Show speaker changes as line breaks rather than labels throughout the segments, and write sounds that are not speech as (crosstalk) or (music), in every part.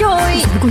còn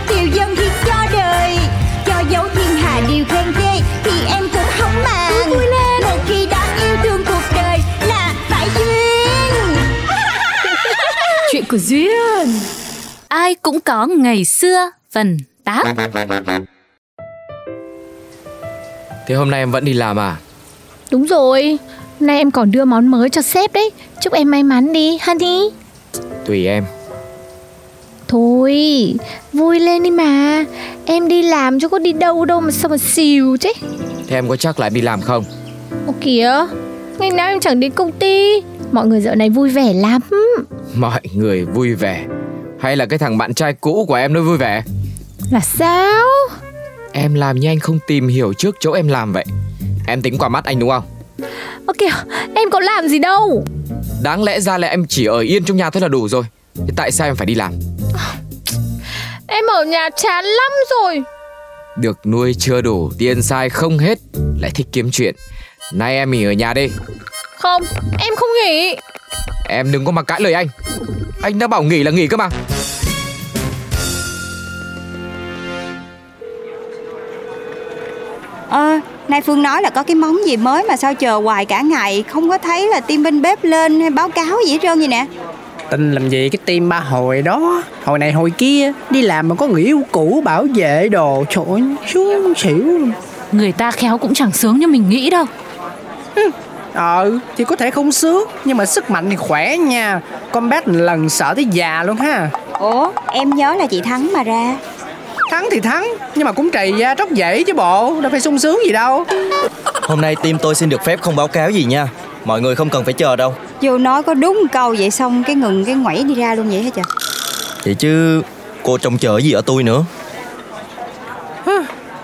Điều dân thì cho đời Cho dấu thiên hà điều khen ghê Thì em cũng không màng
vui lên.
Một khi đã yêu thương cuộc đời Là phải duyên
Chuyện của duyên
Ai cũng có ngày xưa phần 8
Thế hôm nay em vẫn đi làm à?
Đúng rồi, nay em còn đưa món mới cho sếp đấy Chúc em may mắn đi, honey
Tùy em
Thôi, vui lên đi mà Em đi làm chứ có đi đâu đâu mà sao mà xìu chứ
Thế em có chắc là em đi làm không?
Ồ kìa, ngày nào em chẳng đến công ty Mọi người dạo này vui vẻ lắm
Mọi người vui vẻ Hay là cái thằng bạn trai cũ của em nó vui vẻ
Là sao?
Em làm như anh không tìm hiểu trước chỗ em làm vậy Em tính qua mắt anh đúng không?
Ồ kìa, em có làm gì đâu
Đáng lẽ ra là em chỉ ở yên trong nhà thôi là đủ rồi Thế tại sao em phải đi làm?
Em ở nhà chán lắm rồi
Được nuôi chưa đủ, tiền sai không hết Lại thích kiếm chuyện Nay em nghỉ ở nhà đi
Không, em không nghỉ
Em đừng có mà cãi lời anh Anh đã bảo nghỉ là nghỉ cơ mà
Ờ, nay Phương nói là có cái món gì mới mà sao chờ hoài cả ngày Không có thấy là tim bên bếp lên hay báo cáo gì hết trơn vậy nè
Tin làm gì cái tim ba hồi đó Hồi này hồi kia Đi làm mà có người yêu cũ bảo vệ đồ Trời ơi xuống xỉu
Người ta khéo cũng chẳng sướng như mình nghĩ đâu
Ờ thì có thể không sướng Nhưng mà sức mạnh thì khỏe nha Combat lần sợ tới già luôn ha
Ủa, em nhớ là chị Thắng mà ra
Thắng thì thắng Nhưng mà cũng trầy da tróc dễ chứ bộ Đâu phải sung sướng gì đâu
Hôm nay team tôi xin được phép không báo cáo gì nha Mọi người không cần phải chờ đâu
Vô nói có đúng câu vậy xong cái ngừng cái ngoảy đi ra luôn vậy hả trời
Vậy chứ cô trông chờ gì ở tôi nữa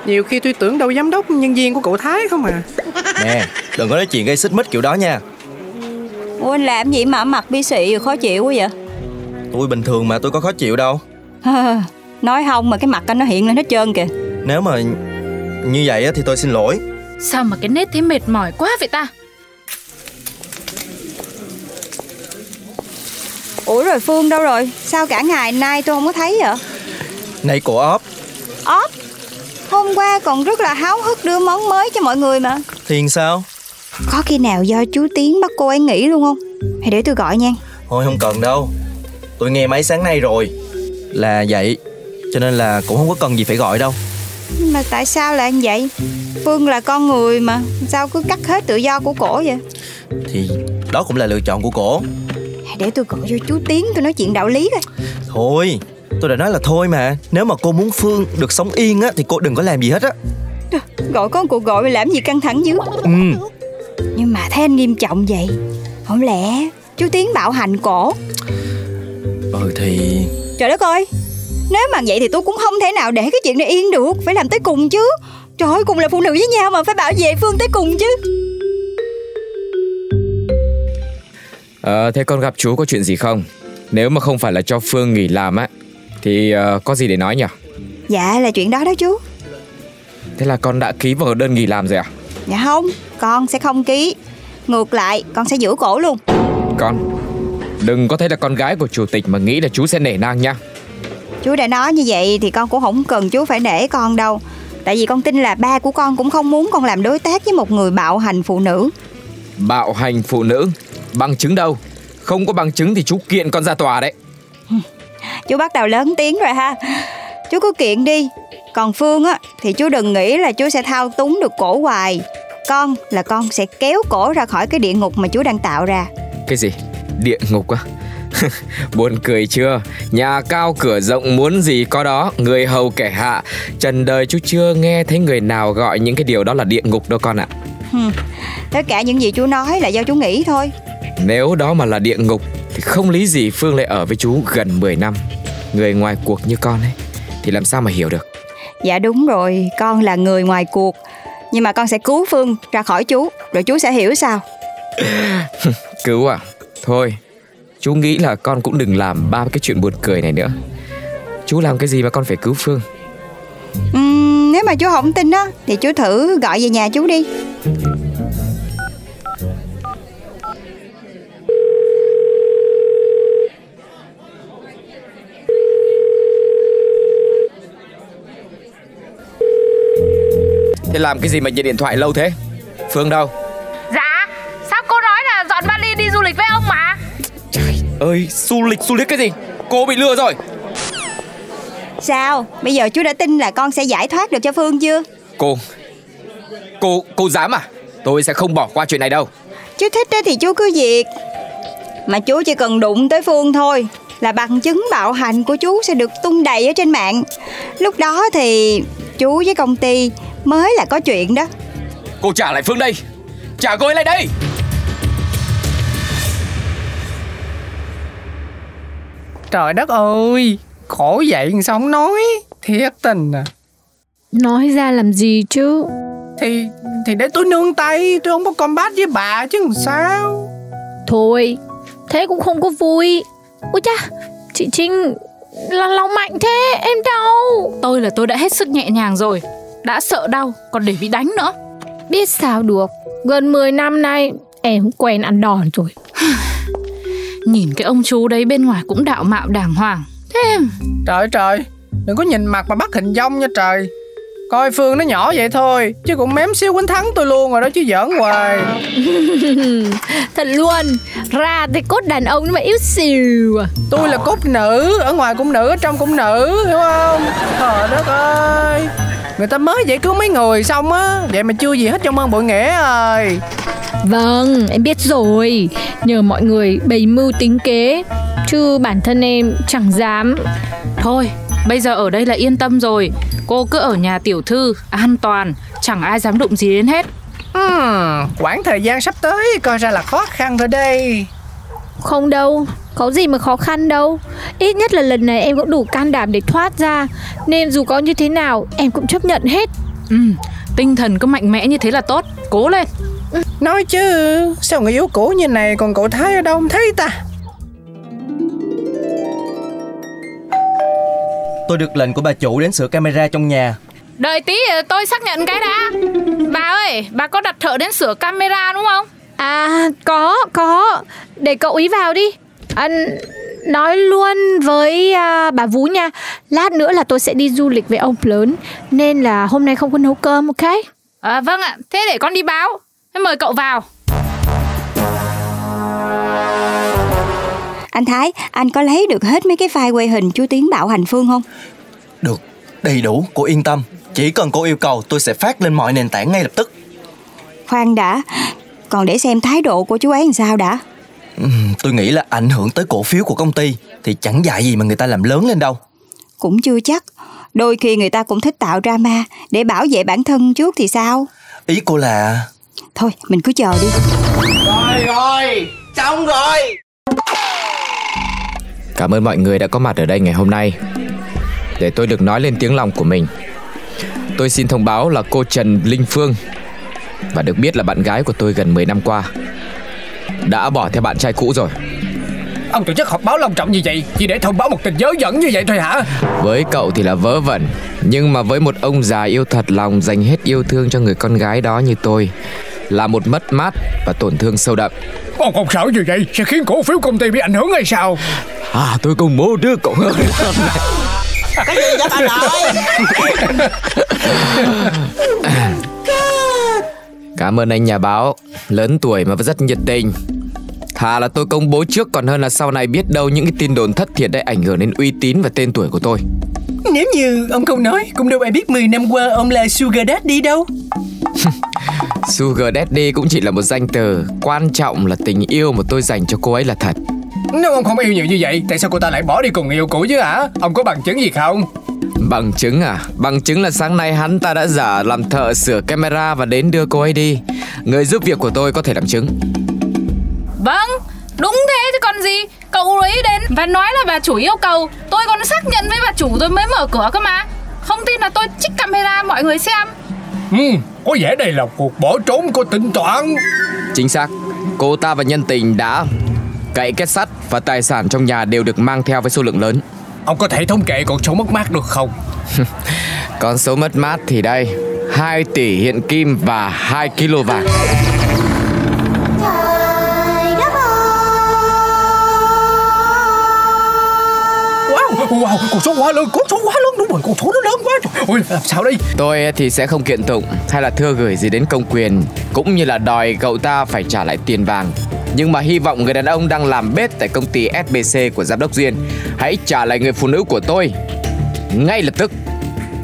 Nhiều khi tôi tưởng đâu giám đốc nhân viên của cậu Thái không à
Nè đừng có nói chuyện gây xích mích kiểu đó nha
Ủa anh làm gì mà mặt bi xị rồi khó chịu quá vậy
Tôi bình thường mà tôi có khó chịu đâu
Hơ, (laughs) Nói không mà cái mặt anh nó hiện lên hết trơn kìa
Nếu mà như vậy á thì tôi xin lỗi
Sao mà cái nết thế mệt mỏi quá vậy ta
Ủa rồi Phương đâu rồi Sao cả ngày nay tôi không có thấy vậy
Này cổ óp
Óp Hôm qua còn rất là háo hức đưa món mới cho mọi người mà
Thiền sao
Có khi nào do chú Tiến bắt cô ấy nghỉ luôn không Hãy để tôi gọi nha
Thôi không cần đâu Tôi nghe mấy sáng nay rồi Là vậy Cho nên là cũng không có cần gì phải gọi đâu
Nhưng Mà tại sao lại như vậy? Phương là con người mà Sao cứ cắt hết tự do của cổ vậy?
Thì đó cũng là lựa chọn của cổ
Để tôi gọi vô chú Tiến tôi nói chuyện đạo lý coi
Thôi Tôi đã nói là thôi mà Nếu mà cô muốn Phương được sống yên á Thì cô đừng có làm gì hết á
Gọi có một cuộc gọi mà làm gì căng thẳng dữ
Ừ
Nhưng mà thấy anh nghiêm trọng vậy Không lẽ chú Tiến bạo hành cổ
Ừ thì
Trời đất ơi Nếu mà vậy thì tôi cũng không thể nào để cái chuyện này yên được Phải làm tới cùng chứ Trời ơi cùng là phụ nữ với nhau mà phải bảo vệ Phương tới cùng chứ
Ờ, thế con gặp chú có chuyện gì không? Nếu mà không phải là cho Phương nghỉ làm á Thì ờ, có gì để nói nhỉ?
Dạ là chuyện đó đó chú
Thế là con đã ký vào đơn nghỉ làm rồi à?
Dạ không Con sẽ không ký Ngược lại con sẽ giữ cổ luôn
Con Đừng có thấy là con gái của chủ tịch mà nghĩ là chú sẽ nể nang nha
Chú đã nói như vậy thì con cũng không cần chú phải nể con đâu Tại vì con tin là ba của con cũng không muốn con làm đối tác với một người bạo hành phụ nữ
Bạo hành phụ nữ Bằng chứng đâu Không có bằng chứng thì chú kiện con ra tòa đấy
Chú bắt đầu lớn tiếng rồi ha Chú cứ kiện đi Còn Phương á thì chú đừng nghĩ là chú sẽ thao túng được cổ hoài Con là con sẽ kéo cổ ra khỏi cái địa ngục mà chú đang tạo ra
Cái gì? địa ngục á (laughs) Buồn cười chưa Nhà cao cửa rộng muốn gì có đó Người hầu kẻ hạ Trần đời chú chưa nghe thấy người nào gọi những cái điều đó là địa ngục đâu con ạ
Tất cả những gì chú nói là do chú nghĩ thôi
Nếu đó mà là địa ngục Thì không lý gì Phương lại ở với chú gần 10 năm Người ngoài cuộc như con ấy Thì làm sao mà hiểu được
Dạ đúng rồi, con là người ngoài cuộc Nhưng mà con sẽ cứu Phương ra khỏi chú Rồi chú sẽ hiểu sao
Cứu à Thôi Chú nghĩ là con cũng đừng làm ba cái chuyện buồn cười này nữa Chú làm cái gì mà con phải cứu Phương
Ừm, Nếu mà chú không tin á Thì chú thử gọi về nhà chú đi
Thế làm cái gì mà nhận điện thoại lâu thế Phương đâu
Dạ Sao cô nói là dọn vali đi du lịch với ông mà
ơi du lịch du lịch cái gì cô bị lừa rồi
Sao, bây giờ chú đã tin là con sẽ giải thoát được cho Phương chưa
cô cô cô dám à tôi sẽ không bỏ qua chuyện này đâu
Chú thích á thì chú cứ việc Mà chú chỉ cần đụng tới Phương thôi Là bằng chứng bạo hành của chú sẽ được tung đầy ở trên mạng Lúc đó thì chú với công ty mới là có chuyện đó
cô trả lại phương đây trả cô ấy lại đây
Trời đất ơi Khổ vậy sao không nói Thiệt tình à
Nói ra làm gì chứ
Thì thì để tôi nương tay Tôi không có combat với bà chứ làm sao
Thôi Thế cũng không có vui Ôi cha Chị Trinh Là lòng mạnh thế Em đau
Tôi là tôi đã hết sức nhẹ nhàng rồi Đã sợ đau còn để bị đánh nữa
Biết sao được Gần 10 năm nay Em quen ăn đòn rồi
Nhìn cái ông chú đấy bên ngoài cũng đạo mạo đàng hoàng Thế
Trời ơi trời Đừng có nhìn mặt mà bắt hình dong nha trời Coi Phương nó nhỏ vậy thôi Chứ cũng mém xíu quýnh thắng tôi luôn rồi đó chứ giỡn hoài
Thật luôn Ra thì cốt đàn ông nhưng mà yếu xìu à.
Tôi là cúc nữ Ở ngoài cũng nữ, ở trong cũng nữ Hiểu không Trời đất ơi Người ta mới giải cứu mấy người xong á Vậy mà chưa gì hết trong ơn bội nghĩa rồi
Vâng em biết rồi Nhờ mọi người bày mưu tính kế Chứ bản thân em chẳng dám
Thôi bây giờ ở đây là yên tâm rồi Cô cứ ở nhà tiểu thư An toàn Chẳng ai dám đụng gì đến hết
Hmm, quãng thời gian sắp tới coi ra là khó khăn rồi đây
Không đâu, có gì mà khó khăn đâu Ít nhất là lần này em cũng đủ can đảm để thoát ra Nên dù có như thế nào em cũng chấp nhận hết
ừ, Tinh thần cứ mạnh mẽ như thế là tốt Cố lên
Nói chứ sao người yêu cũ như này còn cậu Thái ở đâu không thấy ta
Tôi được lệnh của bà chủ đến sửa camera trong nhà
Đợi tí ờ, tôi xác nhận cái đã Bà ơi Bà có đặt thợ đến sửa camera đúng không
À có, có Để cậu ý vào đi à, Nói luôn với à, bà Vú nha Lát nữa là tôi sẽ đi du lịch với ông lớn Nên là hôm nay không có nấu cơm ok
à, Vâng ạ Thế để con đi báo Thế Mời cậu vào
Anh Thái, anh có lấy được hết mấy cái file quay hình chú Tiến bạo hành Phương không?
Được, đầy đủ, cô yên tâm Chỉ cần cô yêu cầu tôi sẽ phát lên mọi nền tảng ngay lập tức
Khoan đã, còn để xem thái độ của chú ấy làm sao đã
Ừm, Tôi nghĩ là ảnh hưởng tới cổ phiếu của công ty Thì chẳng dạy gì mà người ta làm lớn lên đâu
Cũng chưa chắc, đôi khi người ta cũng thích tạo drama để bảo vệ bản thân trước thì sao
Ý cô là...
Thôi, mình cứ chờ đi
cảm ơn mọi người đã có mặt ở đây ngày hôm nay để tôi được nói lên tiếng lòng của mình tôi xin thông báo là cô trần linh phương và được biết là bạn gái của tôi gần 10 năm qua đã bỏ theo bạn trai cũ rồi
Ông tổ chức họp báo long trọng như vậy Chỉ để thông báo một tình giới dẫn như vậy thôi hả
Với cậu thì là vớ vẩn Nhưng mà với một ông già yêu thật lòng Dành hết yêu thương cho người con gái đó như tôi Là một mất mát và tổn thương sâu đậm
Ông không sợ như vậy Sẽ khiến cổ phiếu công ty bị ảnh hưởng hay sao
À tôi công bố đứa cậu hơn Cảm ơn anh nhà báo Lớn tuổi mà vẫn rất nhiệt tình Thà là tôi công bố trước còn hơn là sau này biết đâu những cái tin đồn thất thiệt đã ảnh hưởng đến uy tín và tên tuổi của tôi
Nếu như ông không nói Cũng đâu ai biết 10 năm qua ông là Sugar Daddy đâu
Sugar Daddy cũng chỉ là một danh từ Quan trọng là tình yêu mà tôi dành cho cô ấy là thật
Nếu ông không yêu nhiều như vậy Tại sao cô ta lại bỏ đi cùng người yêu cũ chứ hả Ông có bằng chứng gì không
Bằng chứng à? Bằng chứng là sáng nay hắn ta đã giả làm thợ sửa camera và đến đưa cô ấy đi Người giúp việc của tôi có thể làm chứng
Vâng, đúng thế chứ còn gì Cậu ấy đến và nói là bà chủ yêu cầu Tôi còn xác nhận với bà chủ tôi mới mở cửa cơ mà Không tin là tôi trích camera mọi người xem
ừ, Có vẻ đây là cuộc bỏ trốn có tính toán
Chính xác Cô ta và nhân tình đã cậy kết sắt và tài sản trong nhà đều được mang theo với số lượng lớn
Ông có thể thống kê con số mất mát được không
Còn số mất mát thì đây 2 tỷ hiện kim và 2 kg vàng
Wow, wow, con số quá lớn, con số quá lớn Đúng rồi, con số nó lớn quá Trời Ôi, làm sao đây
Tôi thì sẽ không kiện tụng hay là thưa gửi gì đến công quyền Cũng như là đòi cậu ta phải trả lại tiền vàng Nhưng mà hy vọng người đàn ông đang làm bếp tại công ty SBC của Giám đốc Duyên Hãy trả lại người phụ nữ của tôi Ngay lập tức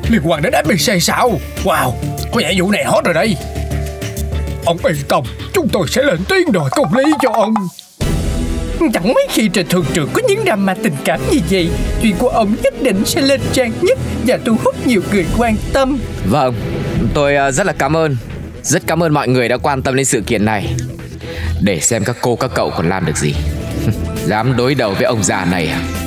Liên quan đến FBC sao Wow, có vẻ vụ này hết rồi đây Ông yên tâm Chúng tôi sẽ lên tiếng đòi công lý cho ông Chẳng mấy khi trên thường trường có những drama tình cảm như vậy Chuyện của ông nhất định sẽ lên trang nhất Và thu hút nhiều người quan tâm
Vâng, tôi ờ, rất là cảm ơn Rất cảm ơn mọi người đã quan tâm đến sự kiện này (laughs) Để xem các cô các cậu còn làm được gì Dám đối đầu với ông già này à